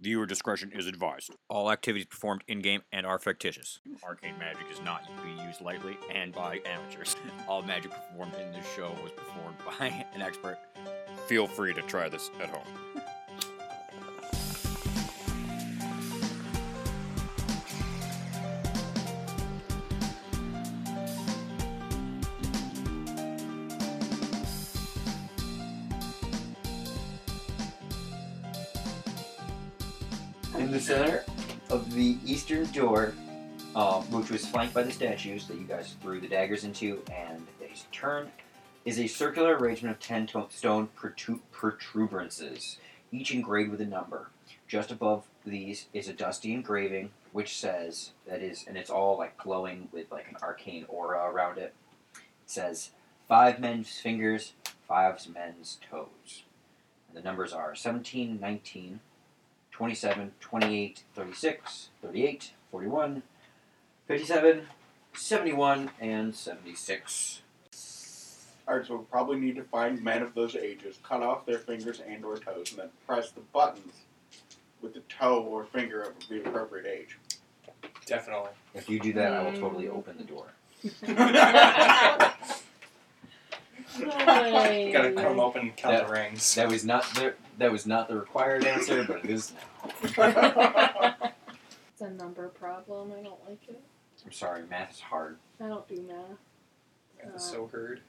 Viewer discretion is advised. All activities performed in game and are fictitious. Arcane magic is not to be used lightly and by amateurs. All magic performed in this show was performed by an expert. Feel free to try this at home. In the center of the eastern door, uh, which was flanked by the statues that you guys threw the daggers into and they turned, is a circular arrangement of ten to- stone protru- protuberances, each engraved with a number. Just above these is a dusty engraving which says that is, and it's all like glowing with like an arcane aura around it. It says five men's fingers, five men's toes. And the numbers are 17, 19, 27, 28, 36, 38, 41, 57, 71, and 76. Alright, so we'll probably need to find men of those ages, cut off their fingers and or toes, and then press the buttons with the toe or finger of the appropriate age. Definitely. If you do that, I will totally open the door. Gotta come open and count Yeah. the rings. That was not the that was not the required answer, but it is now. It's a number problem. I don't like it. I'm sorry, math is hard. I don't do math. That is so heard.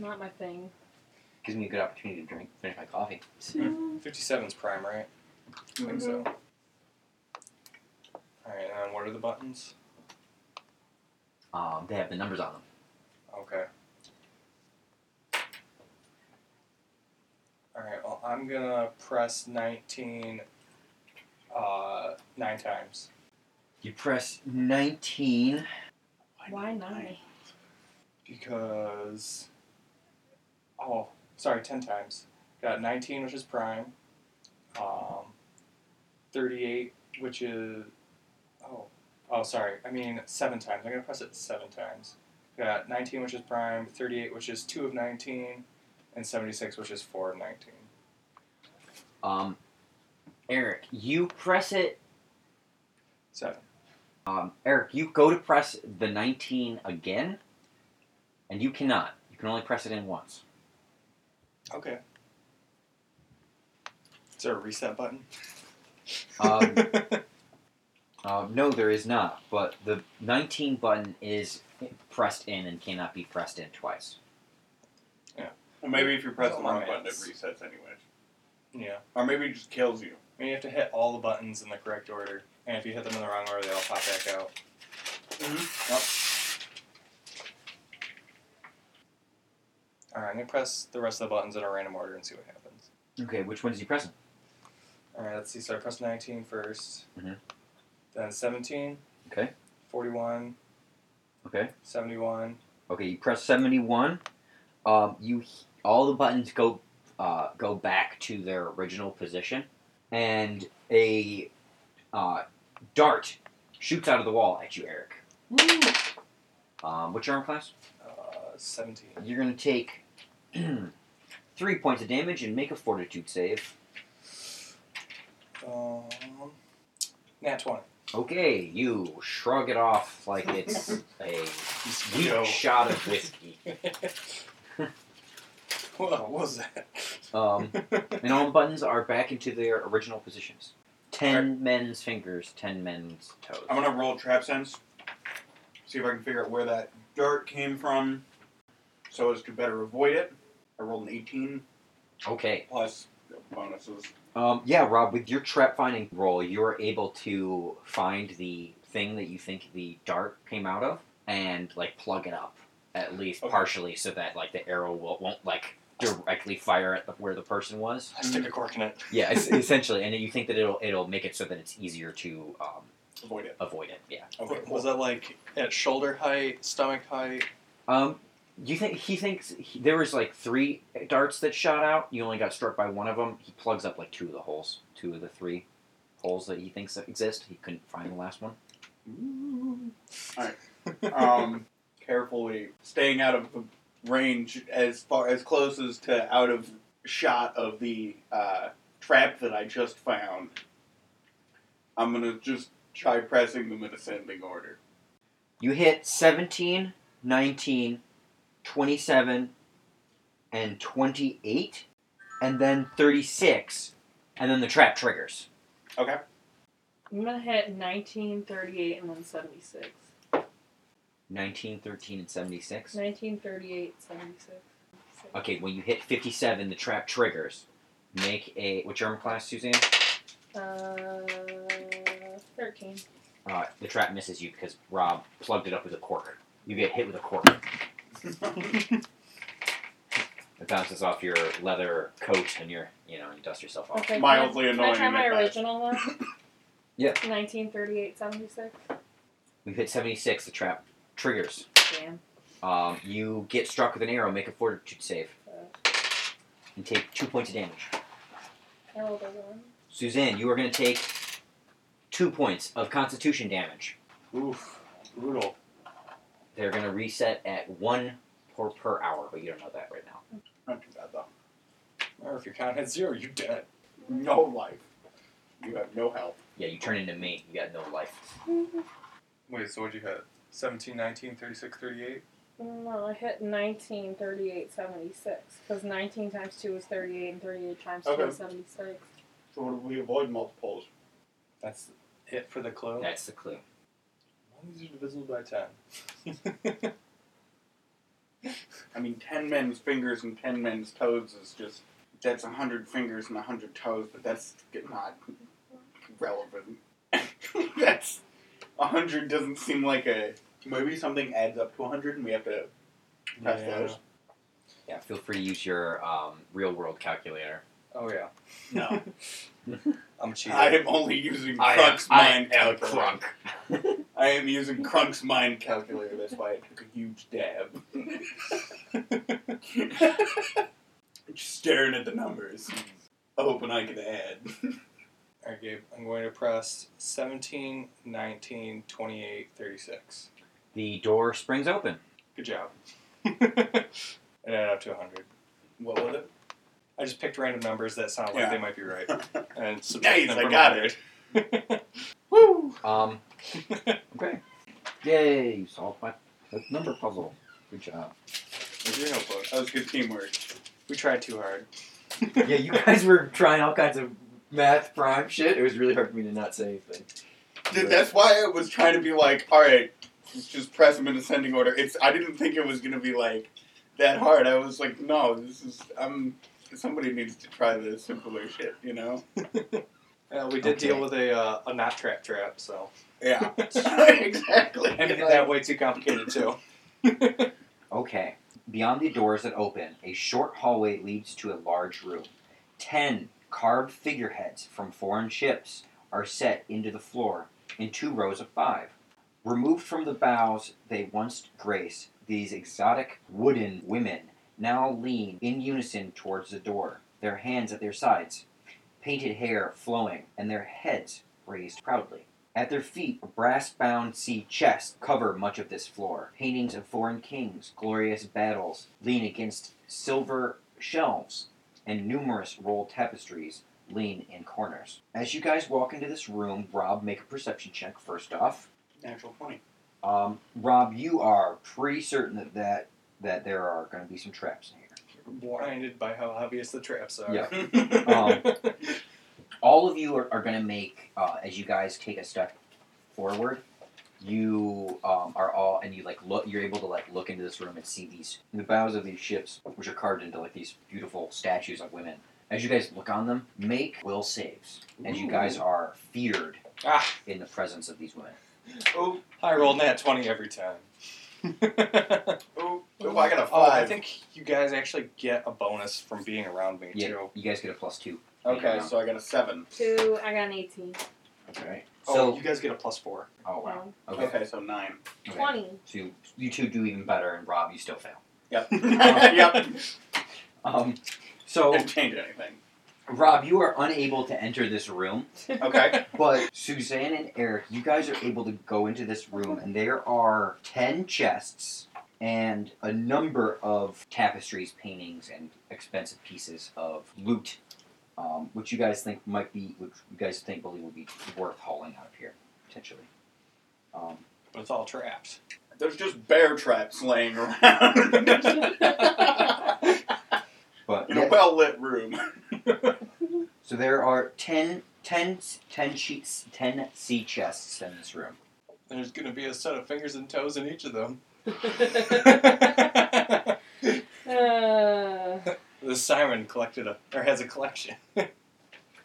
Not my thing. Gives me a good opportunity to drink, finish my coffee. Hmm. 57's prime, right? I think so. Alright, and then what are the buttons? Um, they have the numbers on them. Okay. Alright, well, I'm gonna press 19 uh, nine times. You press 19. Why not? Because. Oh, sorry, 10 times. Got 19, which is prime. Um, 38, which is. Oh, oh, sorry. I mean, 7 times. I'm going to press it 7 times. Got 19, which is prime. 38, which is 2 of 19. And 76, which is 4 of 19. Um, Eric, you press it 7. Um, Eric, you go to press the 19 again, and you cannot. You can only press it in once. Okay. Is there a reset button? Um, um, no, there is not, but the 19 button is pressed in and cannot be pressed in twice. Well, maybe if you press the wrong Romance. button, it resets anyways. yeah. Or maybe it just kills you. I mean, you have to hit all the buttons in the correct order. And if you hit them in the wrong order, they all pop back out. Alright, I'm gonna press the rest of the buttons in a random order and see what happens. Okay, which one's you pressing? Alright, let's see. So I press 19 first, Mhm. then 17, Okay, 41, okay. 71. Okay, you press 71. Um, you all the buttons go uh, go back to their original position, and a uh, dart shoots out of the wall at you, Eric. Um, what's your arm class? Uh, 17. You're gonna take three points of damage and make a fortitude save. Um, nat 20. Okay, you shrug it off like it's a weak Yo. shot of whiskey. Whoa, what was that? Um, and all the buttons are back into their original positions. Ten men's fingers, ten men's toes. I'm gonna roll trap sense. See if I can figure out where that dart came from so as to better avoid it. I rolled an 18 Okay. plus the bonuses. Um, yeah, Rob, with your trap finding roll, you're able to find the thing that you think the dart came out of and like plug it up at least Okay. partially so that like the arrow will, won't like directly fire at the, where the person was. I stick a cork in it. Yeah, it's, essentially, and you think that it'll it'll make it so that it's easier to um, Avoid it. avoid it. Yeah. Okay. Was that like at shoulder height, stomach height? Um, you think he thinks he, there was like three darts that shot out. You only got struck by one of them. He plugs up like two of the holes, two of the three holes that he thinks that exist. He couldn't find the last one. um, carefully staying out of the range as far as close as to out of shot of the uh, trap that I just found. I'm gonna just try pressing them in ascending order. You hit 17, 19, 27, and 28, and then 36, and then the trap triggers. I'm gonna hit 19, 38, and then 76. 19, 13, and 76. 19, 38, 76. Okay, when you hit 57, the trap triggers. Make a. What's your armor class, Suzanne? Uh, 13. Uh, the trap misses you because Rob plugged it up with a cork. You get hit with a cork. It bounces off your leather coat and your, you know, you dust yourself off. Okay, can I- Mildly Can I annoying. try my at best. original one? Yeah. 1938, 76. You hit 76, the trap triggers. Damn. Um, you get struck with an arrow, make a fortitude save, and take two points of damage. I rolled a one. Suzanne, you are going to take two points of constitution damage. Oof, brutal. They're going to reset at one per, per hour, but you don't know that right now. Not too bad though. Or if you're counting at zero, you're dead. No life. You have no health. Yeah, you turn into me. You got no life. Wait, so what'd you hit? 17, 19, 36, 38? No, I hit 19, 38, 76. Because 19 times 2 is 38, and 38 times 2 is Okay. 76. So what if we avoid multiples? That's it for the clue. That's the clue. One is divisible by 10. I mean, ten men's fingers and ten men's toes is just that's a hundred fingers and a hundred toes, but that's not relevant. that's a hundred doesn't seem like a maybe something adds up to a hundred and we have to press those. Yeah, feel free to use your um, real world calculator. Oh, yeah. No, I'm a cheater. I am only using I am- Crunk's I mind am calculator. I am using Crunk's mind calculator. That's why I took a huge dab. Just staring at the numbers, hoping I can add. All right, Gabe, I'm going to press 17, 19, 28, 36. The door springs open. Good job. it added up to 100. What was it? I just picked random numbers that sound like Yeah. they might be right. And subtracted Nice, them I from got 100. it. Woo! Um, okay. Yay! You solved my the number puzzle. Good job. With your notebook. Oh, That was good teamwork. We tried too hard. yeah, you guys were trying all kinds of math prime shit. It was really hard for me to not say anything. Dude, that's why I was trying to be like, all right, let's just press them in ascending order. It's I didn't think it was gonna be like that hard. I was like, no, this is I'm somebody needs to try the simpler shit, you know? Uh, we did Okay. deal with a, uh, a not trap trap, so. Yeah, exactly. Anything Like, that way too complicated, too. Okay. Beyond the doors that open, a short hallway leads to a large room. Ten carved figureheads from foreign ships are set into the floor in two rows of five. Removed from the bows they once graced, these exotic wooden women now lean in unison towards the door, their hands at their sides, painted hair flowing, and their heads raised proudly. At their feet, a brass bound sea chest cover much of this floor. Paintings of foreign kings, glorious battles, lean against silver shelves, and numerous rolled tapestries lean in corners. As you guys walk into this room, Rob, make a perception check first off. Natural twenty. Um, Rob, you are pretty certain that, that, that there are going to be some traps in here. Blinded by how obvious the traps are. Yeah. Um, all of you are, are going to make uh, as you guys take a step forward you um, are all and you like look you're able to like look into this room and see these the bows of these ships which are carved into like these beautiful statues of women as you guys look on them make will saves as you guys are feared ah, in the presence of these women Oh, I roll nat 20 every time. oh, oh! I got a Oh, five. I think you guys actually get a bonus from being around me, yeah too. you guys get a plus two okay, so I got a seven. 2, I got an 18. okay oh, so you guys get a plus four. oh wow Um, okay, Okay, so nine. okay. 20. so you, you two do even better and rob you still fail Yep. yep. um so Didn't change anything. rob you are unable to enter this room Okay. But Suzanne and Eric, you guys are able to go into this room, and there are 10 chests and a number of tapestries, paintings, and expensive pieces of loot um, which you guys think might be, which you guys think believe would be worth hauling out of here potentially. Um, But it's all traps. There's just bear traps laying around but in a yeah, well lit room. so there are 10, 10, 10 sheets, ten sea chests in this room. There's going to be a set of fingers and toes in each of them. Uh, the Simon collected a, or has a collection. Um,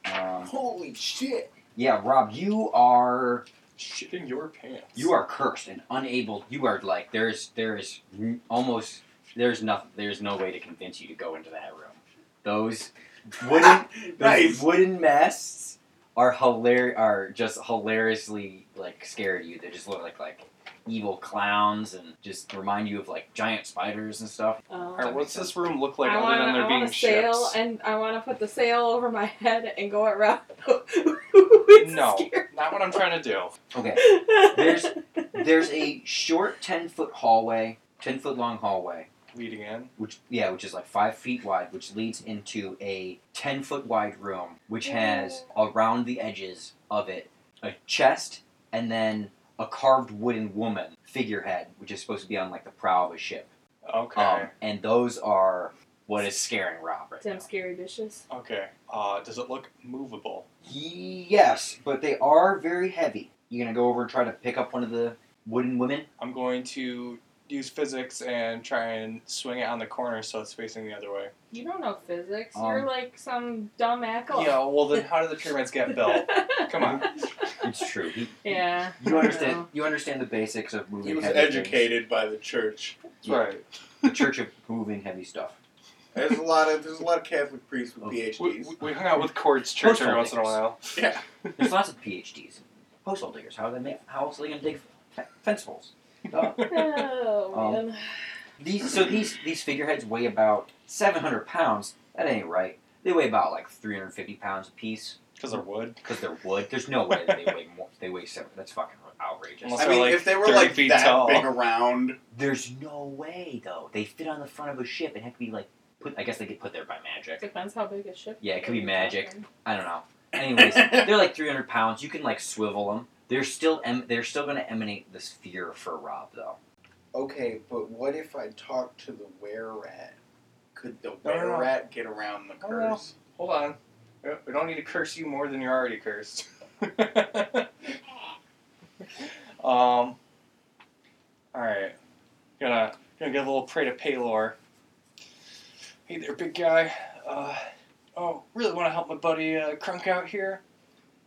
Holy shit! yeah, Rob, you are Shit in your pants. you are cursed and unable. You are like there's there's n- almost there's nothing. There's no way to convince you to go into that room. Those wooden those Nice. wooden masts are hilarious. Are just hilariously like scare to you. They just look like like evil clowns and just remind you of like giant spiders and stuff. um, All right, what's this room look like I other want than to there I being want to sail ships? and I want to put the sail over my head and go around. no, not what I'm trying to do. Okay, There's There's- there's a short ten foot hallway, ten foot long hallway Leading in. which yeah, which is like five feet wide, which leads into a ten foot wide room, which has around the edges of it a chest and then a carved wooden woman figurehead, which is supposed to be on like the prow of a ship. Okay. Um, and those are what is scaring Rob right damn now. scary dishes. okay. Uh, does it look movable? Yes, but they are very heavy. You gonna go over and try to pick up one of the wooden women? I'm going to use physics and try and swing it on the corner so it's facing the other way. You don't know physics. Um, You're like some dumb Yeah. ackle. Well, then how did the pyramids get built? Come on. It's true. He, yeah. you understand. No. You understand the basics of moving. He was heavy things. educated by the church. Yeah, Right. The Church of moving heavy stuff. There's a lot of there's a lot of Catholic priests with Oh. We, PhDs. we- we hung out with Cord's church every once in a while. Yeah. There's lots of PhDs. Postal diggers. How are they make? How else are they gonna dig fe- fence poles? Uh, Oh Um, man. these so these these figureheads weigh about 700 pounds. That ain't right. They weigh about like 350 pounds apiece Because of wood. because they're wood. There's no way that they weigh more. They weigh seven. That's fucking outrageous. Unless- I So, mean, like, if they were 30 like feet that tall. big around, There's no way though. They fit on the front of a ship and have to be like put. I guess they get put there by magic. Depends how big a ship. Yeah, it could be is. magic. I don't know. Anyways, they're like 300 pounds. You can like swivel them. They're still em- they're still gonna emanate this fear for Rob though. okay, but what if I talk to the were rat? Could the No, no, no. were rat get around the No, no, no. curse? Hold on. We don't- We don't need to curse you more than you're already cursed. um. All right. Gonna gonna get a little prey to Paylor. Hey there, big guy. Uh, oh, really want to help my buddy uh, Crunk out here.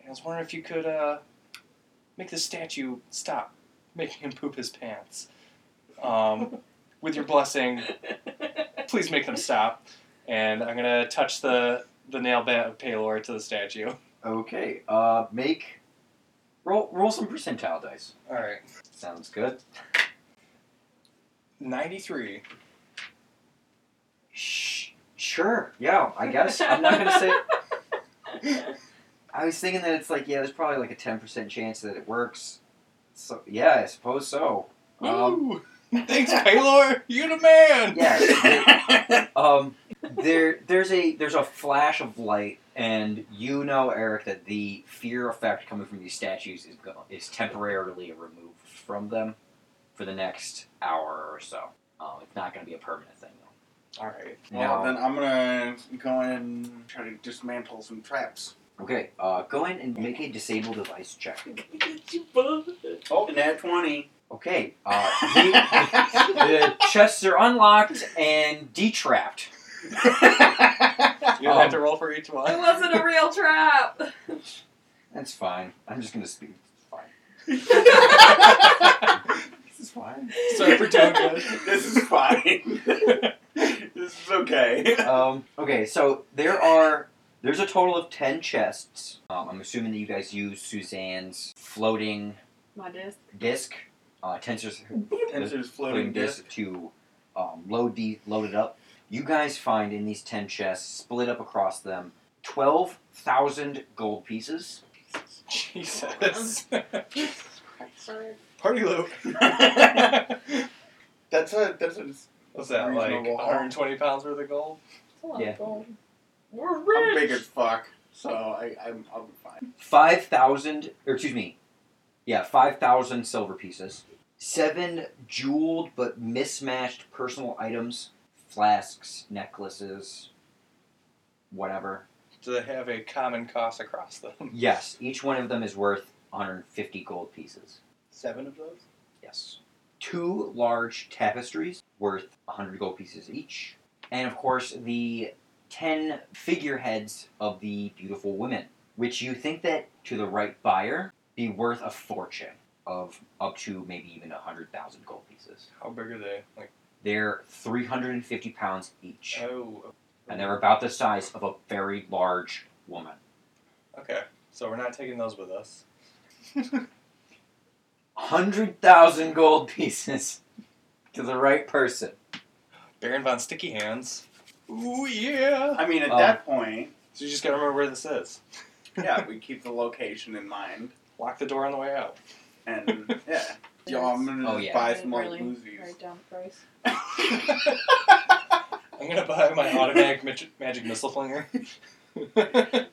And I was wondering if you could uh, make the statue stop making him poop his pants. Um, with your blessing, please make them stop. And I'm gonna touch the the nail bat of Paylor to the statue. Okay. Uh, make roll roll some percentile dice. All right, Sounds good. ninety three. Sh- sure. Yeah. I guess I'm not gonna say. I was thinking that it's like yeah, there's probably like a ten percent chance that it works. So yeah, I suppose so. Um, Woo! Thanks, Paylor. You the man. Yeah. um, there there's a there's a flash of light, and you know, Eric, that the fear effect coming from these statues is go- is temporarily removed from them for the next hour or so. Um, it's not going to be a permanent thing. Though. All right. Now- Well, then I'm gonna go in and try to dismantle some traps. Okay, uh, go in and make a disable device check. you both. Oh, nat twenty. Okay, uh, the, Uh, the chests are unlocked and detrapped. You don't have to roll for each It one. wasn't a real trap. That's fine. I'm just going to speak. It's fine. This is fine. Sorry for doing good. this is fine. this is okay. Um, okay, so there are there's a total of ten chests. Um, I'm assuming that you guys use Suzanne's floating My disc. disc, uh, tensors Tensor's floating floating disc. disc to um, load the load it up. You guys find in these ten chests, split up across them, twelve thousand gold pieces. Jesus. Um, Sorry. Party loop. That's a that's a What's that like? Reasonable. 120 pounds worth of gold. It's a lot Yeah. of gold. We're I'm big rich. as fuck, so I, I'm, I'll be fine. Five thousand, or excuse me, yeah, five thousand silver pieces, seven jeweled but mismatched personal items, flasks, necklaces, whatever. Do they have a common cost across them? Yes, each one of them is worth 150 gold pieces. Seven of those? Yes. Two large tapestries worth 100 gold pieces each. And of course, the 10 figureheads of the beautiful women, which you think that to the right buyer be worth a fortune of up to maybe even 100,000 gold pieces. How big are they? Like They're 350 pounds each, oh. and they're about the size of a very large woman. Okay, so we're not taking those with us. 100,000 gold pieces to the right person. Baron von Sticky Hands. Ooh yeah. I mean, at Um, that point, So you just gotta remember where this is. yeah, we keep the location in mind. Lock the door on the way out. And, yeah. Yo, I'm gonna Oh, just yeah. buy some more Really, boozies. Very dumb price. I'm gonna buy my automatic mag- magic missile flinger. the,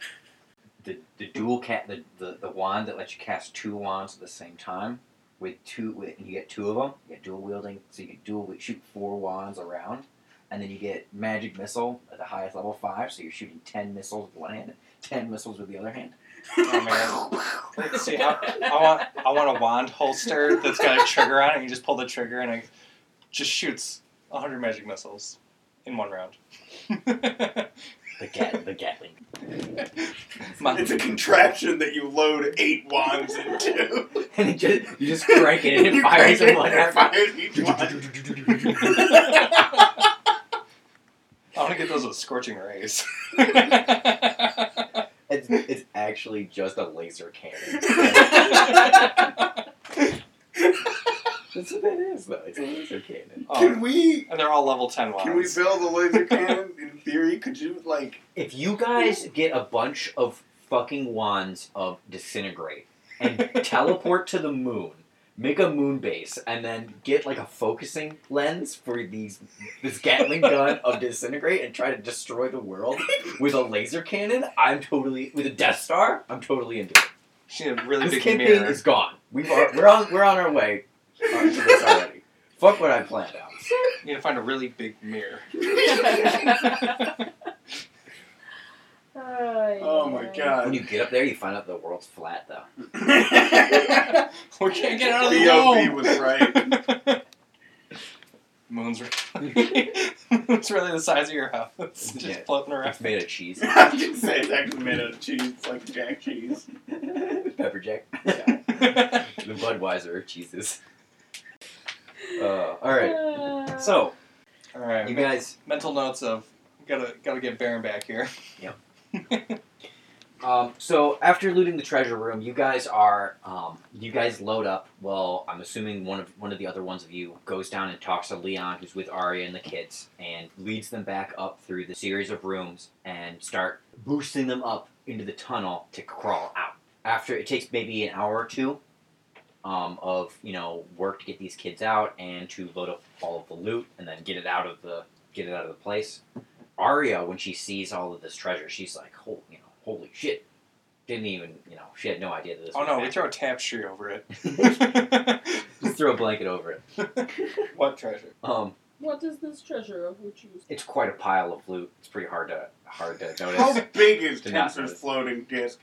the dual cat the, the the wand that lets you cast two wands at the same time with two with, you get two of them you get dual wielding so you can dual shoot four wands around and then you get magic missile at the highest level five so you're shooting 10 missiles with one hand 10 missiles with the other hand oh man. See, I, I want I want a wand holster that's got a trigger on it. and You just pull the trigger and it just shoots hundred magic missiles in one round. the gat the gatling My- It's a contraption that you load eight wands into. and it just, you just crank it and it fires in one and it after fires each one. I want to get those with scorching rays. it's, That's it's actually just a laser cannon that's what that is though it's a laser cannon Um, Can we Oh, and they're all level ten wands. Can we build a laser cannon in theory? Could you like? If you guys get a bunch of fucking wands of disintegrate and teleport to the moon, make a moon base, and then get like a focusing lens for these this Gatling gun of disintegrate and try to destroy the world with a laser cannon, I'm totally with a Death Star. I'm totally into it. She had a really This big campaign mirror. is gone. We've al- we're on we're on our way uh, to this already. Fuck what I planned out. You need to find a really big mirror. Oh my When god! you get up there, you find out the world's flat though. we can't get out of the B.O.B. dome. was right. Moon's really, moon's really the size of your house. It's just Yeah. floating around. It's made of cheese. I can say it's actually made out of cheese, it's like jack cheese. Pepper Jack. the Budweiser of cheeses. Uh, all right. Uh, So All right. you guys, Mental notes of gotta gotta get Baron back here. um, so after looting the treasure room, you guys are, um, you guys load up. Well, I'm assuming one of one of the other ones of you goes down and talks to Leon, who's with Arya and the kids, and leads them back up through the series of rooms and start boosting them up into the tunnel to crawl out. After it takes maybe an hour or two. Um, of you know work to get these kids out and to load up all of the loot and then get it out of the get it out of the place. Arya, when she sees all of this treasure, she's like, "Holy, you know, holy shit!" Didn't even, you know, she had no idea that this. Oh was no, we happening. throw a tapestry over it. Just throw a blanket over it. what treasure? Um, what is this treasure of which you it's quite a pile of loot. It's pretty hard to hard to How notice. big is Did not Tensor's notice. floating disc,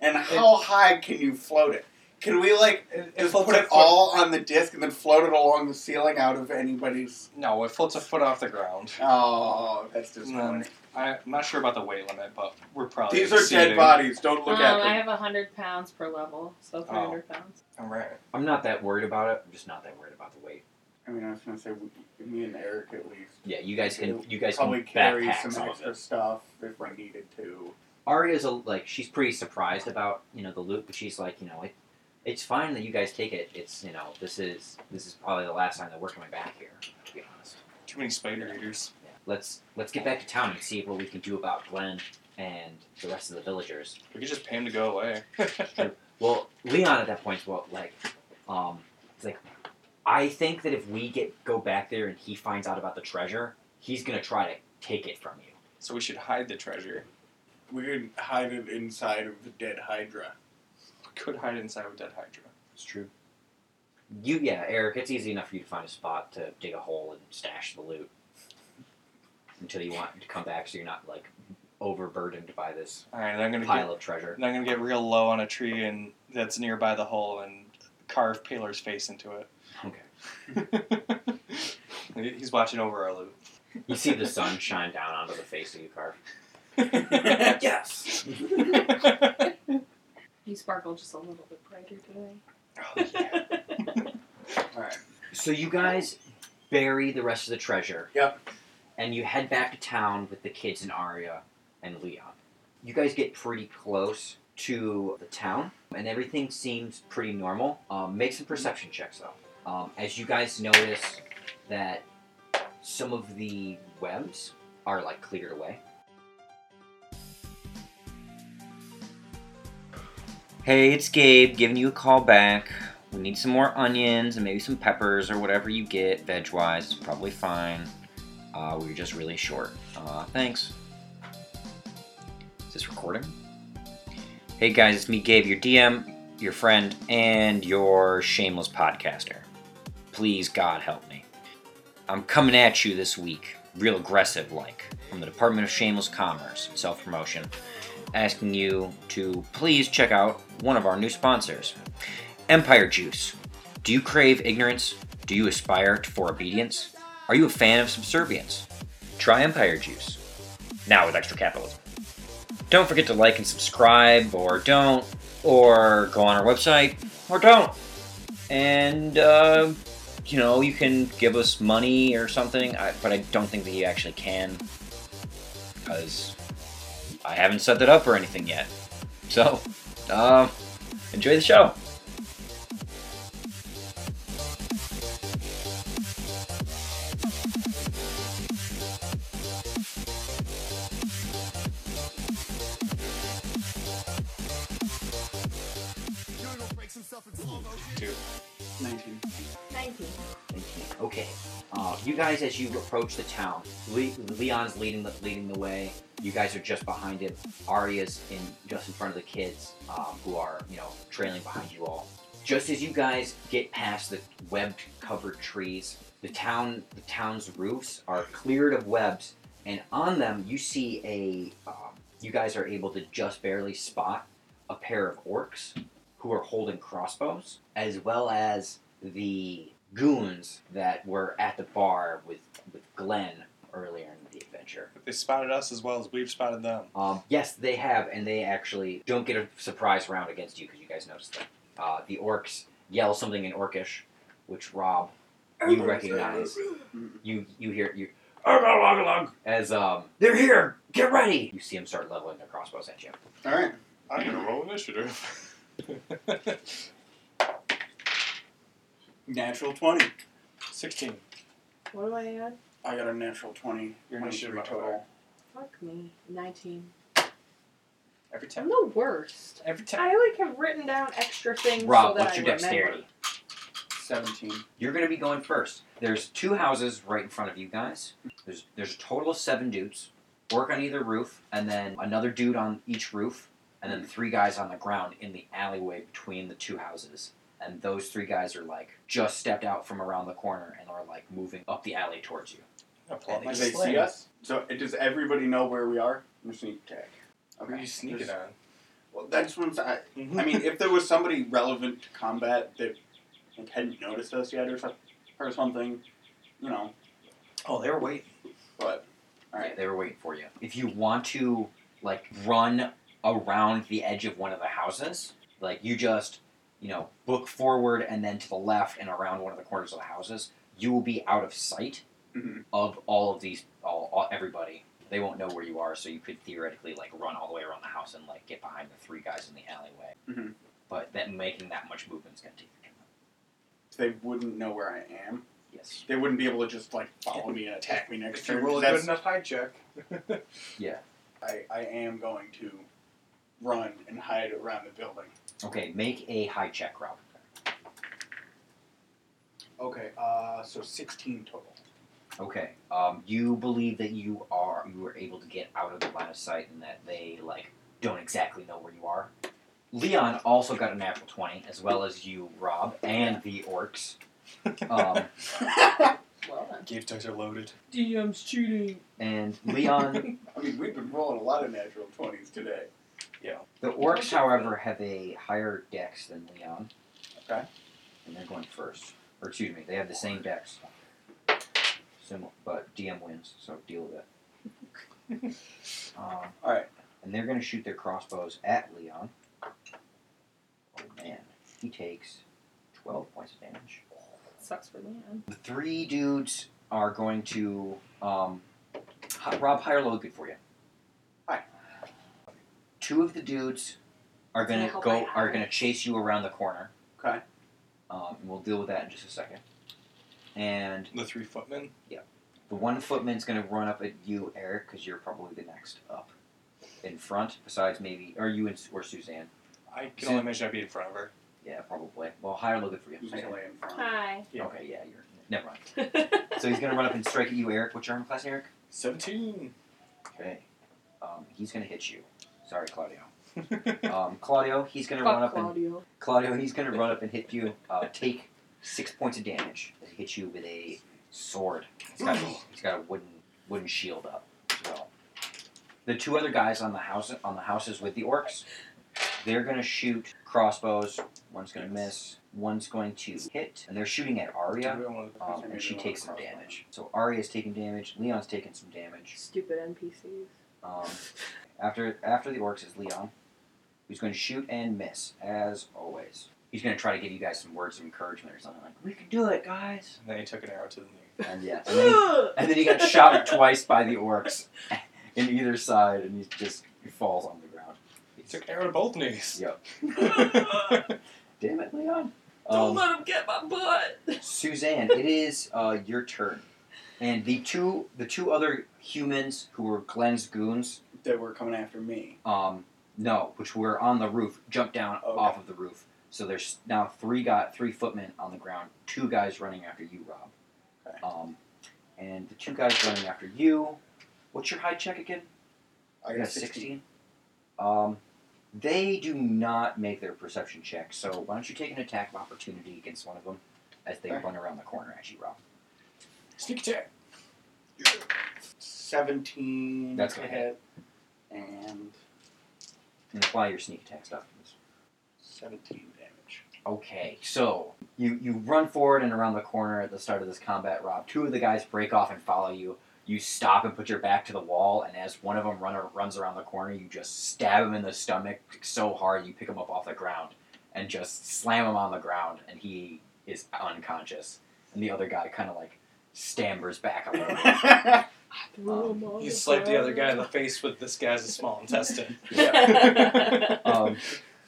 and how high can you float it? Can we like It, just floats put a it foot- all on the disc and then float it along the ceiling out of anybody's? No, it floats a foot off the ground. Oh, that's disappointing. I, I'm not sure about the weight limit, but we're probably These are dead exceeding- bodies. Don't look um, at I them. have 100 pounds per level, so 300 Oh. pounds. All right. I'm not that worried about it. I'm just not that worried about the weight. I mean, I was gonna say we- me and Eric at least. Yeah, you guys can you guys probably can carry backpack some some of extra it. stuff if we needed to. Arya's a, like she's pretty surprised about you know the loot, but she's like, you know, it, it's fine that you guys take it. It's you know this is this is probably the last time that we're coming back here. To be honest. Too many spider eaters. Yeah. Let's let's get back to town and see what we can do about Glenn and the rest of the villagers. We could just pay him to go away. Well, Leon at that point, well, like, um, he's like, I think that if we get go back there and he finds out about the treasure, he's gonna try to take it from you. so we should hide the treasure. We could hide it inside of the dead Hydra. Could hide inside with dead Hydra. It's true. You yeah, Eric. It's easy enough for you to find a spot to dig a hole and stash the loot until you want to come back, so you're not like overburdened by this All right, I'm gonna pile get, of treasure. then I'm gonna get real low on a tree and that's nearby the hole and carve Paler's face into it. Okay. He- He's watching over our loot. You see the sun shine down onto the face of you, Carve. yes! oh, You sparkle just a little bit brighter today. yeah. Alright. So you guys bury the rest of the treasure. Yep. And you head back to town with the kids and Arya and Leon. You guys get pretty close to the town, and everything seems pretty normal. Um, make some perception checks though. Um, as you guys notice that some of the webs are like cleared away. Hey, it's Gabe giving you a call back. We need some more onions and maybe some peppers or whatever you get, veg wise. It's probably fine. Uh, we were just really short. Uh, thanks. Is this recording? Hey guys, it's me, Gabe, your DM, your friend, and your shameless podcaster. Please, God, help me. I'm coming at you this week, real aggressive like, from the Department of Shameless Commerce, self promotion, asking you to please check out one of our new sponsors. Empire Juice. Do you crave ignorance? Do you aspire to- for obedience? Are you a fan of subservience? Try Empire Juice. Now with extra capitalism. Don't forget to like and subscribe, or don't, or go on our website, or don't. And, uh, you know, you can give us money or something, I, but I don't think that you actually can. Because I haven't set that up or anything yet. So, uh, enjoy the show. Dude, 19. 19. Okay. Uh, you guys, as you approach the town, Le- Leon's leading the leading the way. You guys are just behind him. Arya's in just in front of the kids, um, who are you know trailing behind you all. Just as you guys get past the webbed covered trees, the town the town's roofs are cleared of webs, and on them you see a. Um, you guys are able to just barely spot a pair of orcs who are holding crossbows, as well as the goons that were at the bar with with Glenn earlier in the adventure. they spotted us as well as we've spotted them. Um, yes, they have, and they actually don't get a surprise round against you because you guys noticed that. Uh, the orcs yell something in orcish, which Rob you recognize. You you hear you as um they're here. Get ready. You see them start leveling their crossbows at you. Alright. I'm gonna roll initiative. Natural 20. Sixteen. What do I add? I got a natural 20. Your 23 initiative total. modifier. Fuck me. 19. Every time. I'm the worst. Every time. I like have written down extra things. Rob, so that what's I your remember. dexterity? 17. You're gonna be going first. There's two houses right in front of you guys. There's there's a total of seven dudes. Work on either roof, and then another dude on each roof, and then three guys on the ground in the alleyway between the two houses. And those three guys are like just stepped out from around the corner and are like moving up the alley towards you. I pull out my Do they sling. see us? So uh, does everybody know where we are? I'm sneak tag. Who are you sneaking There's- on? Well, that's what I'm saying. Mm-hmm. I mean, if there was somebody relevant to combat that like, hadn't noticed us yet or, so, or something, you know, oh, they were waiting. but. Alright. They were waiting for you. If you want to like run around the edge of one of the houses, like you just, you know, book forward and then to the left and around one of the corners of the houses, you will be out of sight Mhm. of all of these all, all everybody. They won't know where you are, so you could theoretically like run all the way around the house and like get behind the three guys in the alleyway. Mhm. But that making that much movement is gonna take your turn. They wouldn't know where I am. Yes. They wouldn't be able to just like follow me and attack me next If you turn. roll a good That's- enough high check. I, I am going to run and hide around the building. Okay, make a high check, Rob. Okay, uh, so 16 total. Okay. Um, you believe that you are you were able to get out of the line of sight and that they like don't exactly know where you are. Leon also got a natural twenty, as well as you, Rob, and the orcs. Um, Well then. Game dice are loaded. DM's cheating. and Leon, I mean, we've been rolling a lot of natural 20s today. the orcs, however, have a higher dex than Leon. Okay. And they're going first, or excuse me, they have the same dex. Similar, but DM wins, so deal with it. um, All right. and they're going to shoot their crossbows at Leon. Oh man, he takes 12 points of damage. Sucks for Leon. The three dudes are going to. Um, hi- Rob, high or low, good for you. High. Two of the dudes are Can I going to help go. by Are high? going to chase you around the corner. Okay. Um, and we'll deal with that in just a second. And The three footmen. the one footman's going to run up at you, Eric, because you're probably the next up in front. Besides, maybe are you and, Su- or Suzanne? I can only imagine I'd be in front of her. Yeah, probably. Well, high or low, good for you. Who's Suzanne. melee in front? Hi. Yeah. Okay, yeah, you're. Never mind. So he's gonna run up and strike at you, Eric. What's your armor class, Eric? Seventeen. Okay. Um, he's gonna hit you. Sorry, Claudio. Um, Claudio, he's gonna run Fuck up and Claudio. Claudio, he's gonna run up and hit you. Uh, take six points of damage. He hits you with a sword. He's got a, he's got a wooden wooden shield up as well. The two other guys on the house on the houses with the orcs, they're gonna shoot crossbows. One's gonna miss. One's going to hit, and they're shooting at Arya. We don't want to- Um, and she takes some damage. So Arya's taking damage. Leon's taking some damage. Stupid NPCs. Um, after after the orcs is Leon, who's going to shoot and miss as always. He's going to try to give you guys some words of encouragement or something like, "We can do it, guys." And then he took an arrow to the knee. And yeah, and then, and then he got shot twice by the orcs in either side, and he just he falls on the ground. He took an arrow to both knees. Yep. Yep. Damn it, Leon. Don't Um, let him get my butt. Suzanne, it is uh, your turn, and the two the two other humans who were Glenn's goons That were coming after me. Um, no, which were on the roof, jumped down Okay. off of the roof. So there's now three got three footmen on the ground, two guys running after you, Rob. Okay. Um, and the two guys running after you. What's your high check again? I You got got 16. Um, they do not make their perception check, so why don't you take an attack of opportunity against one of them as they Okay. run around the corner at you, Rob? Sneak attack. 17 That's to gonna hit. And And apply your sneak attack stuff. 17 damage. Okay, so you you run forward and around the corner at the start of this combat, Rob. Two of the guys break off and follow you. You stop and put your back to the wall, and as one of them run, runs around the corner, you just stab him in the stomach so hard you pick him up off the ground and just slam him on the ground, and he is unconscious. And the other guy kind of like stammers back a little bit. Threw um, him all You slapped the other guy in around. the face with this guy's a small intestine. Um,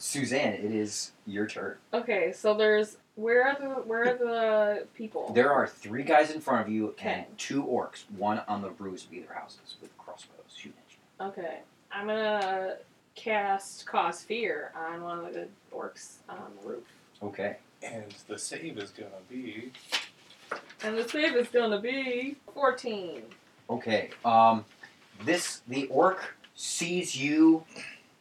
Suzanne, it is your turn. Okay, so there's where are the where are the people? There are three guys in front of you Okay. and two orcs, one on the roofs of either houses with crossbows shooting at you. Okay, I'm gonna cast cause fear on one of the orcs on the roof, Okay. And the save is gonna be and the save is gonna be fourteen. Okay. Um, this the orc sees you,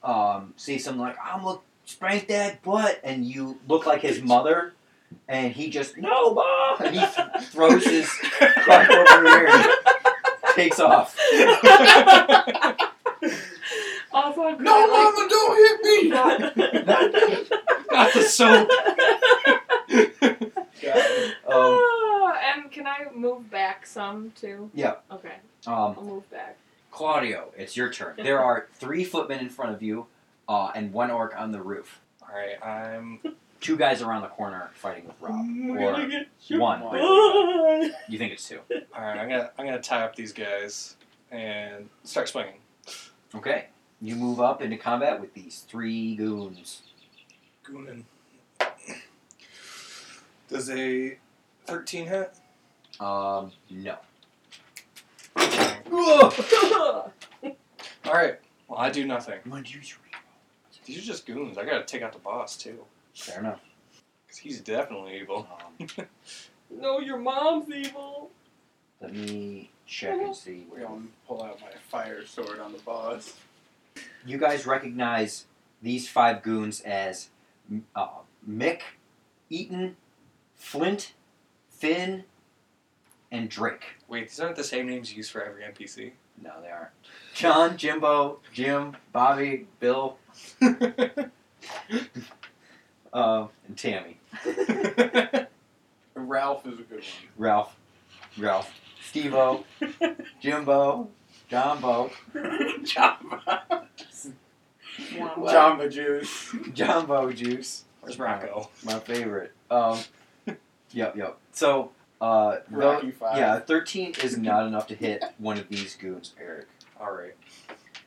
um, sees something like I'm look spank that butt, and you look like his mother, and he just no ma, and he th- throws his crop over here and takes off. Also, I'm No, gonna, like, Mama, don't hit me! not the soap. Um, Ah, and can I move back some too? Yeah. Okay, um, I'll move back. Claudio, it's your turn. There are three footmen in front of you, uh, and one orc on the roof. All right, I'm. Two guys around the corner fighting with Rob. All Or one. Why? You think it's two? right, I'm gonna I'm gonna tie up these guys and start swinging. Okay. You move up into combat with these three goons. Goonin. Does a thirteen hit? Um, no. Ah! All right. Well, I do nothing. You want to use your reroll? These are just goons. I gotta take out the boss too, Fair enough. Oh. cause he's definitely evil. Um, no, your mom's evil. Let me check and see You where. know, and pull out my fire sword on the boss. You guys recognize these five goons as m- uh, Mick, Eaton, Flint, Finn, and Drake. Wait, these aren't the same names used for every NPC. No, they aren't. John, Jimbo, Jim, Bobby, Bill, uh, and Tammy. Ralph is a good one. Ralph, Ralph, Stevo, Jimbo, Jumbo, Jamba. Wombo. Jamba juice. Jumbo Juice. Where's Rocco? My favorite. Um, yep, yep. So, uh, tho- Rocky Five. yeah, 13 is not enough to hit one of these goons, Eric. All right.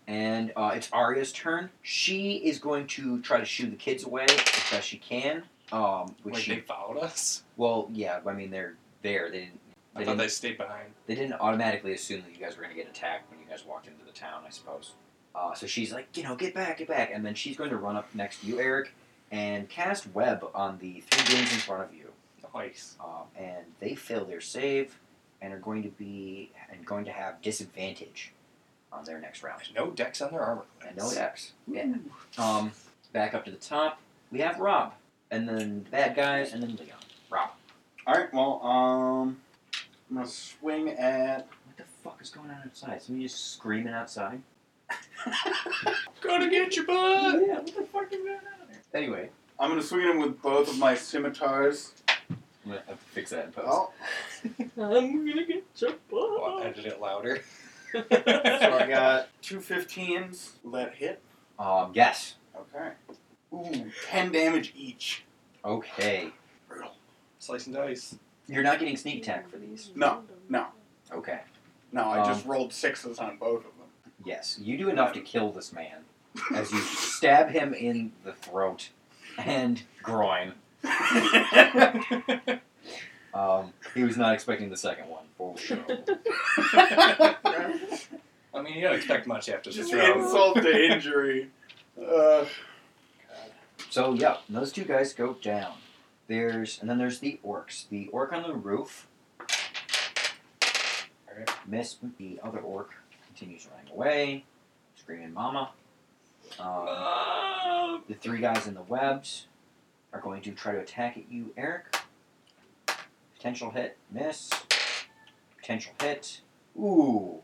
And uh, it's Arya's turn. She is going to try to shoo the kids away as best she can. Um, which Wait, she, they followed us? well, yeah, I mean they're there. They didn't. I They thought didn't, they stayed behind. they didn't automatically assume that you guys were going to get attacked when you guys walked into the town, I suppose. Uh, so she's like, you know, get back, get back, and then she's going to run up next to you, Eric, and cast web on the three goons in front of you. Nice. um, and they fail their save and are going to be and going to have disadvantage on their next round. No decks on their armor. And no decks. Yeah. Um, back up to the top, we have Rob, and then the bad guys, and then Leon. Rob, Alright, well, um. I'm gonna swing at. what the fuck is going on outside? Somebody just screaming outside. Go to get your butt! yeah, what the fuck is going on there? Anyway, I'm gonna swing at him with both of my scimitars. I'm gonna have to fix that in post. Oh, I'm gonna get your Well, butt. edit it louder. so I got two 15s. Will that hit? Um, yes. Okay. Ooh, 10 damage each. Okay. Brutal. Slice and dice. You're not getting sneak attack for these. No, no. Okay. No, I just Um, rolled sixes on both of them. Yes, you do enough to kill this man. as you stab him in the throat and groin. Um, he was not expecting the second one for sure. I mean, you don't expect much after this just round. insult to injury. Uh, so yeah, those two guys go down. There's and then there's the orcs. The orc on the roof. Alright. Miss the other orc continues running away, screaming "Mama." Um, Mom. the three guys in the webs are going to try to attack at you, Eric. Potential hit, miss. Potential hit. Ooh,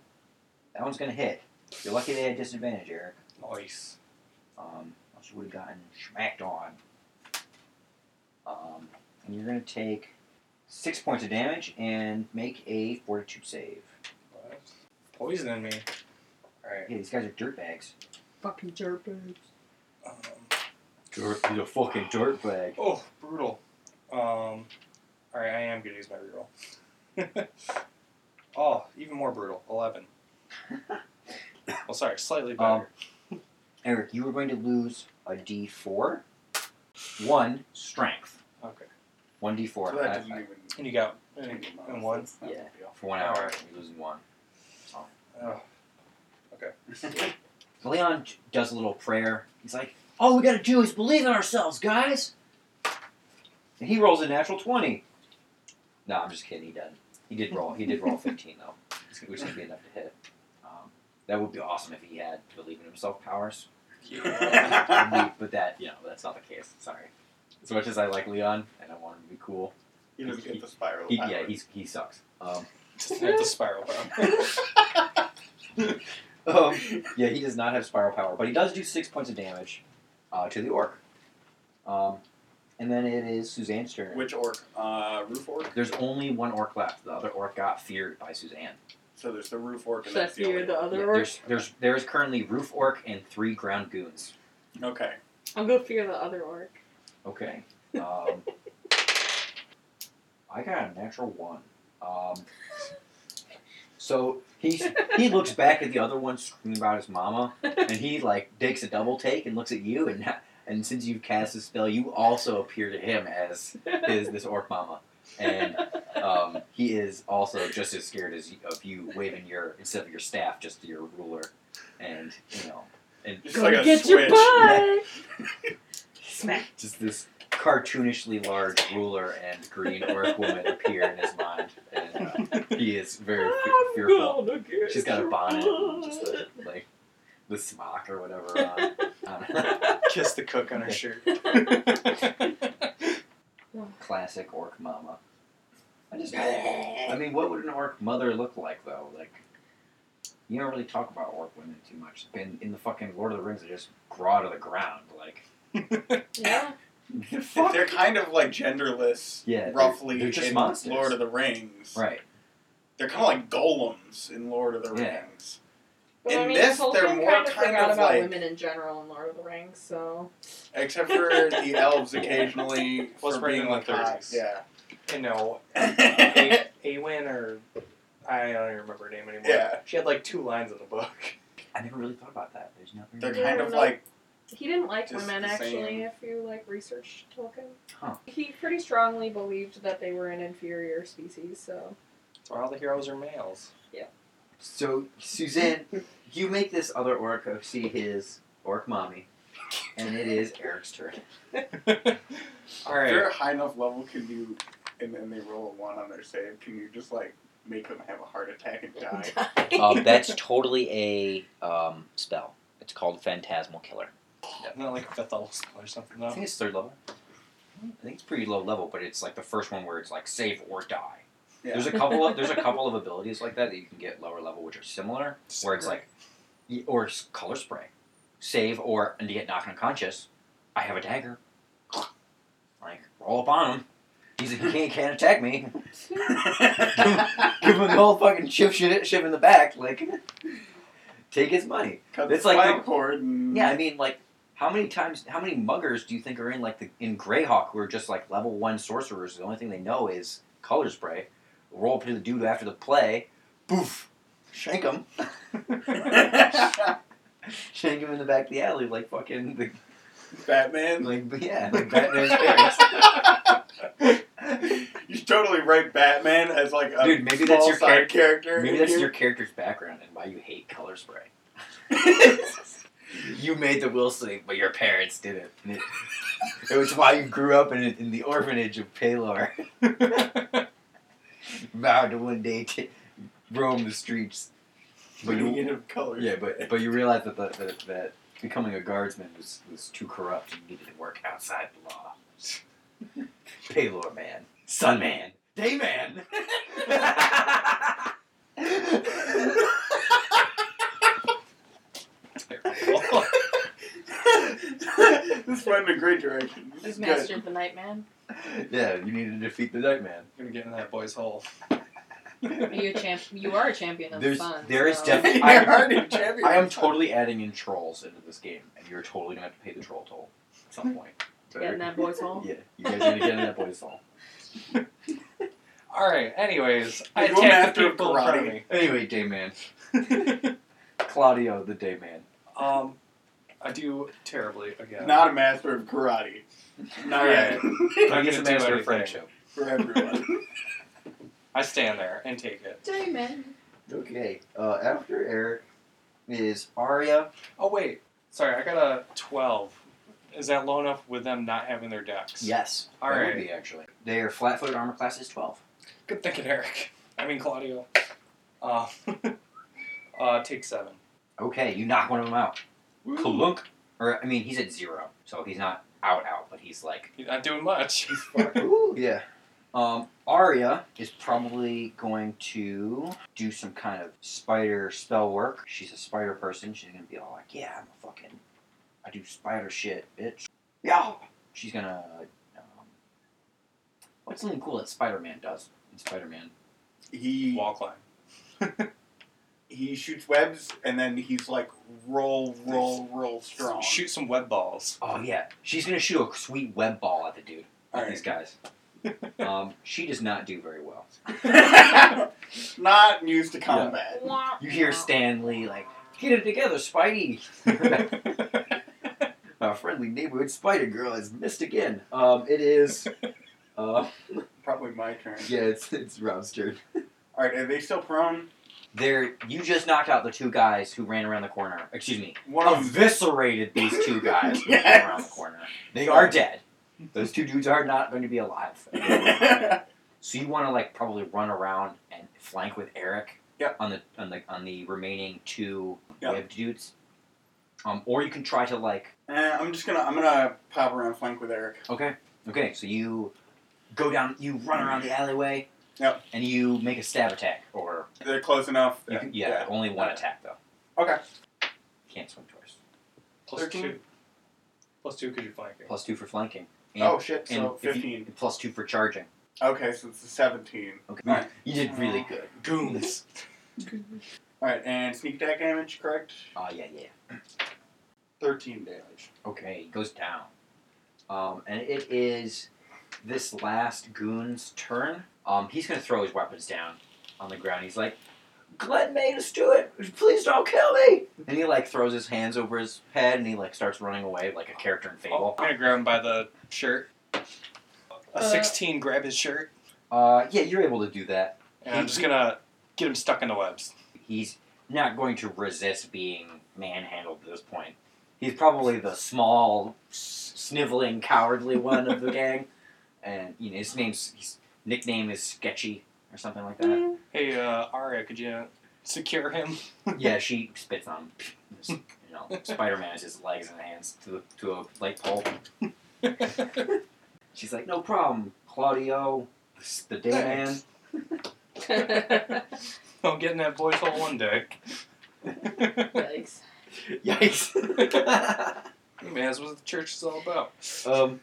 that one's gonna hit. You're lucky they had disadvantage, Eric. Nice. Um, else you would have gotten smacked on. Um, and you're gonna take six points of damage and make a fortitude save. What? Poisoning me. Alright. Yeah, these guys are dirtbags. Fucking jerkers. Um, Dirt, he's a fucking dirtbag. oh, brutal. Um, Alright, I am going to use my reroll. oh, even more brutal. 11. Well, sorry, slightly better. Um, Eric, you were going to lose a D4, one strength, okay. one D4. so that I- doesn't I- even. And you got and, take a bonus. and one. That's not a Yeah. big deal. uh, for one hour, Alright. you're losing one. Oh, Leon j- does a little prayer. He's like, "All we gotta do is believe in ourselves, guys." And he rolls a natural twenty. No, I'm just kidding. He did. He did roll. He did roll fifteen though, which would be enough to hit. Um, that would be awesome if he had believe in himself powers. yeah. but that, you know, that's not the case. Sorry. As much as I like Leon and I want him to be cool, He doesn't get the spiral. he, power. yeah, he's, he sucks. Um, Doesn't have the spiral bound. um, yeah, he does not have spiral power, but he does do six points of damage uh, to the orc. Um, and then it is Suzanne's turn. Which orc? Uh, roof orc. There's only one orc left. The other orc got feared by Suzanne. So there's the roof orc and Should I that's the fear only the Yeah, other orc? there's there's there is currently roof orc and three ground goons. orc. Okay. I'll go fear the other orc. Okay. Um, I got a natural one. Um, so he's, he looks back at the other one screaming about his mama, and he like takes a double take and looks at you, and and since you've cast the spell, you also appear to him as his this orc mama, and um, he is also just as scared as you, of you waving your instead of your staff, just your ruler, and you know, and Just Go like to a get your switch. butt. Smack. just this cartoonishly large ruler and green orc woman appear in his mind, and uh, he is very fe- Ah, I'm fearful. gonna get She's got a your bonnet, and just blood. a, like the smock or whatever on. on Kiss the cook on her shirt. classic orc mama. I just, I mean, what would an orc mother look like though? Like, you don't really talk about orc women too much. In in the fucking Lord of the Rings, they just grow to the ground. Like, Yeah. the fuck? They're kind of like genderless, Yeah, they're- roughly they're just in monsters. Lord of the Rings. right. They're kind of like golems in Lord of the Yeah. Rings. But I In mean, this, Tolkien they're more kind of kind forgot of about like- women in general in Lord of the Rings, so. Except for the elves occasionally Well, it's for right in being the like hot. 30s. Yeah. You know, yeah. uh, A- Awen or I don't even remember her name anymore. They're She had like two lines in the book. I never really thought about that. There's nothing. Yeah, kind of no. like He didn't like Just women the actually. same. If you like research Tolkien, Huh. he pretty strongly believed that they were an inferior species. So That's why all the heroes are males. So, Suzanne, you make this other orc go see his orc mommy, and it is Eric's turn. All if right. they're a high enough level, can you? And then they roll a one on their save. Can you just like make them have a heart attack and die? Um, that's totally a um, spell. It's called Phantasmal Killer. Not like fifth level spell or something I though. think it's third level. I think it's pretty low level, but it's like the first one where it's like save or die. Yeah. There's a couple of there's a couple of abilities like that that you can get lower level, which are similar, where it's like, y- or s- color spray, save or and you get knocked unconscious. I have a dagger. Like roll up on him. He's like, he can't, can't attack me. Give him the whole fucking shiv shit, shiv in the back. Like, take his money. Cut It's the like the- spinal cord and Yeah, I mean, like, how many times, how many muggers do you think are in like the in Greyhawk who are just like level one sorcerers? The only thing they know is color spray. Roll up to the dude after the play, poof, shank him, shank him in the back of the alley like fucking the, Batman. like yeah like Batman's parents. You're totally right, Batman, as like a Dude, maybe that's small your side character. Maybe in that's here. your character's background and why you hate color spray. you made the will sleep, but your parents didn't. And it, it was why you grew up in, in the orphanage of Palor. Vowed to one day t- roam the streets. But you, Union of colors. yeah, but but you realized that the, that, that becoming a guardsman was, was too corrupt. You needed to work outside the law. Palor man, sun man, day man. this went in a great direction. This is is good. Master of the Nightman. yeah, you need to defeat the Nightman. gonna get in that boy's hole. You a champ? You are a champion of There's- fun. there is so. definitely- You're I- already champion. I am totally adding in trolls into this game, and you're totally gonna have to pay the troll toll at some point. To get in that boy's hole? Yeah, you guys are gonna get in that boy's hole. All right. Anyways, I You're going attacked after the people in front of me. Anyway, Dayman, Claudio, the Dayman. Um, I do terribly again. not a master of karate. Not yet. I'm He's a gonna do master anything. of friendship. For everyone. I stand there and take it. Diamond. Okay, uh, after Eric is Arya. Oh wait, sorry, I got a twelve. Is that low enough with them not having their decks? Yes, All that right. would be actually. Their flat-footed armor class is twelve. Good thinking, Eric. I mean Claudio. Uh, uh, take seven. Okay, you knock one of them out. Woo. Kalunk, or I mean, he's at zero, so he's not out out, but he's like You're not doing much. Ooh, yeah. Um, Arya is probably going to do some kind of spider spell work. She's a spider person. She's gonna be all like, "Yeah, I'm a fucking, I do spider shit, bitch." Yeah. She's gonna. Um, what's something cool that Spider Man does? In Spider Man. He Wall climb. he shoots webs and then he's like roll, roll, roll strong. Shoot some web balls. Oh yeah, she's gonna shoot a sweet web ball at the dude. All At right. these guys. um, she does not do very well. Not used to combat. You hear Stanley like, "Get it together, Spidey." Our friendly neighborhood spider girl is missed again. Um, it is. Uh, Probably my turn. yeah, it's it's Rob's turn. All right, are they still prone? There, you just knocked out the two guys who ran around the corner. Excuse me, One of them eviscerated these two guys who ran around the Yes. corner. They are dead. Those two dudes are not going to be alive. So you want to like probably run around and flank with Eric. Yep. On the on the on the remaining two Yep. web dudes. Um, or you can try to like Eh, I'm just gonna I'm gonna pop around flank with Eric. okay okay so you go down you run around the alleyway. Yep. And you make a stab attack or They're close enough. you that- can, yeah, only one attack though. Okay. Can't swing twice. Plus 13? two. Plus two because you're flanking. Plus two for flanking. And, Oh shit! So and if you- fifteen. and plus two for charging. Okay, so it's a seventeen. Okay. All right. You did really good. Goons. All right, and sneak attack damage, correct? Oh yeah yeah. Thirteen damage. Okay, it goes down. Um, and it is this last goon's turn. Um, he's gonna throw his weapons down on the ground. He's like, Glenn made us do it. Please don't kill me. And he like throws his hands over his head and he like starts running away like a character in Oh, Fable. I'm gonna grab him by the shirt. A Uh, 16 grab his shirt, Uh, yeah, you're able to do that. and I'm just gonna get him stuck in the webs. He's not going to resist being manhandled at this point. He's probably the small, s- sniveling, cowardly one of the gang, and you know his name's his nickname is Sketchy or something like Mm. that. Hey, uh, Arya, could you secure him? yeah, she spits on him. Just, you know, Spider Man has his legs and hands to the, to a light pole. She's like, no problem, Claudio, the day man. Thanks. I'm getting that boy's hole one day. Yikes. Yikes. Man, that's what the church is all about. um,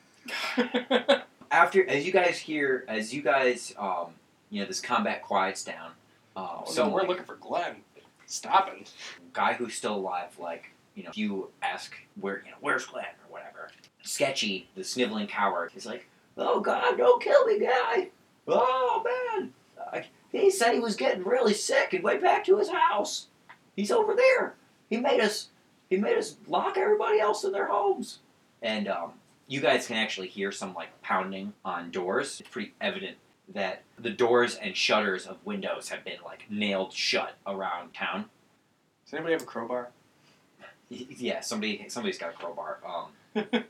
after, as you guys hear, as you guys, um, you know, this combat quiets down. Uh, Oh, so no, we're like, looking for Glenn. Stop him. guy who's still alive, like, you know, if you ask where, you know, where's Glenn or whatever, Sketchy, the sniveling coward, is like, oh God, don't kill me, guy. Oh man. Uh, he said he was getting really sick and went back to his house. He's over there. He made us, he made us lock everybody else in their homes. And, um, you guys can actually hear some, like, pounding on doors. It's pretty evident that the doors and shutters of windows have been, like, nailed shut around town. Does anybody have a crowbar? Yeah, somebody somebody's got a crowbar. Um,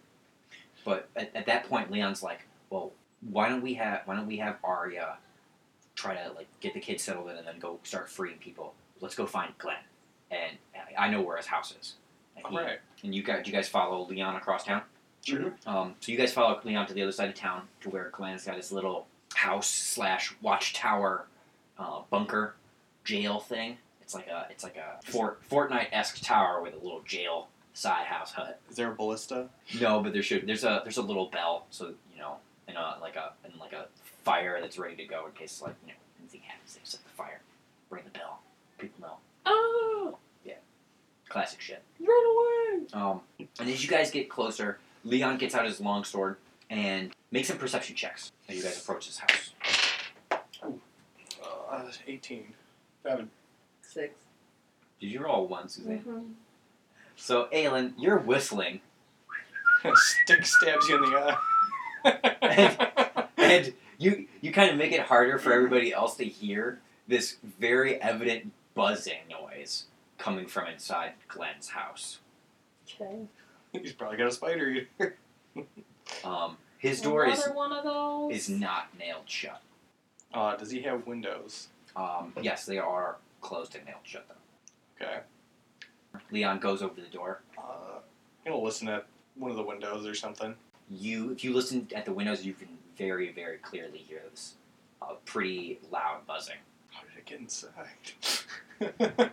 but at, at that point, Leon's like, "Well, why don't we have why don't we have Arya try to like get the kids settled in and then go start freeing people? Let's go find Glenn, and I- I know where his house is." And, he- All right. and you guys, do you guys follow Leon across town? Sure. Um, so you guys follow Leon to the other side of town to where Glenn's got his little house slash watchtower uh, bunker jail thing. It's like a it's like a Fort Fortnite esque tower with a little jail side house hut. Is there a ballista? No, but there should there's a there's a little bell so you know and a like a and like a fire that's ready to go in case like you know anything happens. They set the fire, ring the bell, people know. Oh, Classic shit. run away. Um, and as you guys get closer, Leon gets out his long sword and makes some perception checks as you guys approach his house. Uh, 18. Seven. 6 Did you roll one, Suzanne? Mm-hmm. So, Aelin, you're whistling, Stick stabs you in the eye. and you you kind of make it harder for everybody else to hear this very evident buzzing noise coming from inside Glenn's house. Okay. He's probably got a spider eater. Um, his door is Another one of those. is not nailed shut. Uh, does he have windows? Um, yes, they are closed and nailed shut. Though Okay. Leon goes over to the door. Uh, I'm gonna listen at one of the windows or something. you if you listen at the windows you can very very clearly hear this uh, pretty loud buzzing Oh, How did it get inside?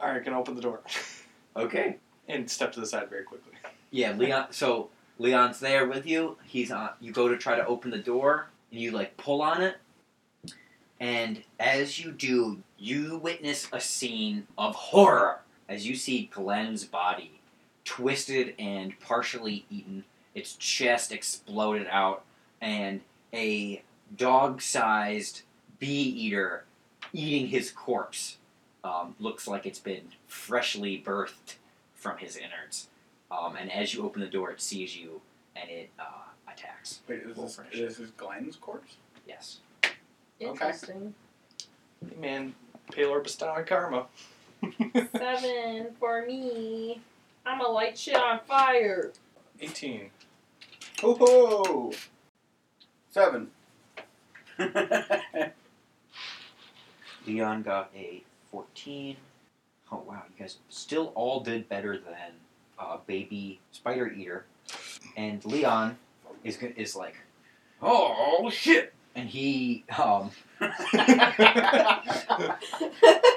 All right, gonna open the door okay and step to the side very quickly. yeah leon so leon's there with you he's on you go to try to open the door and you like pull on it and as you do you witness a scene of horror as you see glenn's body twisted and partially eaten its chest exploded out and a dog-sized bee eater eating his corpse um, looks like it's been freshly birthed from his innards um, and as you open the door it sees you and it uh, attacks Wait, is We'll this, finish this is Glenn's corpse? yes Interesting. Hey, man, pale or bestowing karma. Seven for me. I'm a light shit on fire. 18. Ho ho! Seven. Leon got a 14. Oh, wow. You guys still all did better than uh, Baby Spider Eater. And Leon is, go- is like, oh shit! and he um, Classic.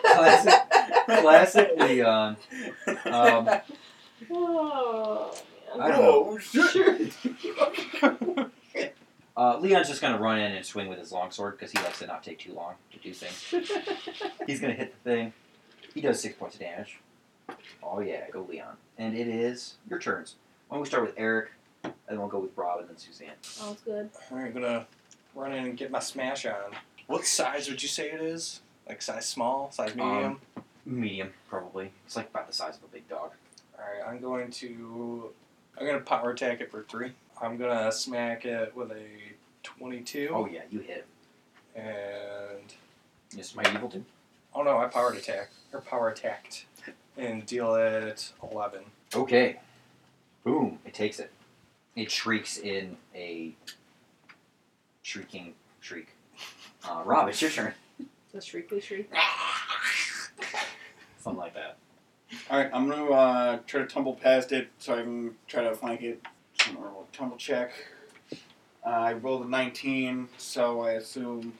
classic, classic Leon. Um, Oh, I don't know. oh shit! Uh, Leon's just gonna run in and swing with his longsword because he likes to not take too long to do things. He's gonna hit the thing. He does six points of damage. Oh yeah, go Leon. And it is your turns. Why don't we start with Eric, and then we'll go with Rob and then Suzanne. Sounds good. Alright, gonna run in and get my smash on. What size would you say it is? Like size small, size medium? Um, Medium, probably. It's like about the size of a big dog. Alright, I'm going to I'm gonna power attack it for three. I'm gonna smack it with a twenty-two Oh yeah, you hit. and Yes, my evil too. oh no, I powered attack. Or power attacked. And deal it eleven. Okay. Boom! It takes it. It shrieks in a shrieking shriek. Uh, Rob, it's your turn. The shrieky shriek. Something like that. Alright, I'm gonna uh, try to tumble past it so I can try to flank it. I'm gonna roll a tumble check. Uh, I rolled a 19, so I assume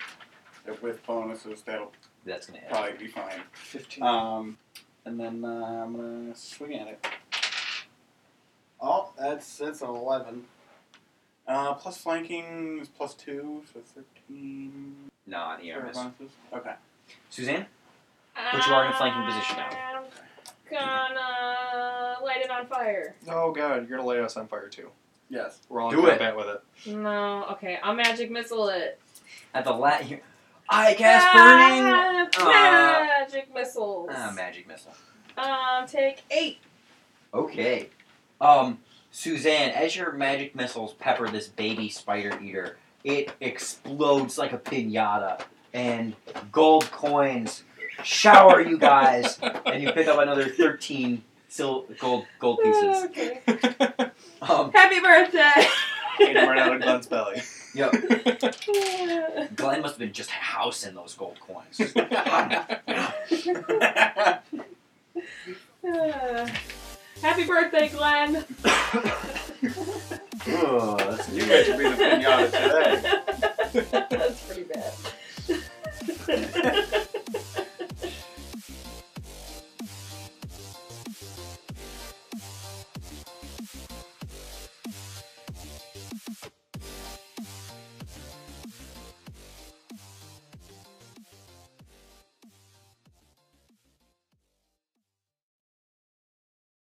that with bonuses that'll That's gonna hit. probably be fine. Fifteen. Uh, Um, and then uh, I'm gonna swing at it. Oh, that's that's an eleven. Uh, plus flanking is plus two, so thirteen. No, I think I for missed. bonuses. Okay. Suzanne? But you are in a flanking position now. Gonna light it on fire. Oh god, you're gonna light us on fire too. Yes. We're all in Do it. combat with it. No, okay. I'll magic missile it. At the lat here. I cast burning! Ah, Ah. magic missiles. Ah, magic missile. Um, take eight. Okay. Um, Suzanne, as your magic missiles pepper this baby spider eater, it explodes like a pinata, and gold coins shower you guys, and you pick up another 13 sil- gold gold pieces. Okay. Um, Happy birthday. And run out of Glenn's belly. yep. Glenn must have been just housing those gold coins. Uh, Happy birthday, Glenn. Ugh, that's you guys should be the pinata today. today.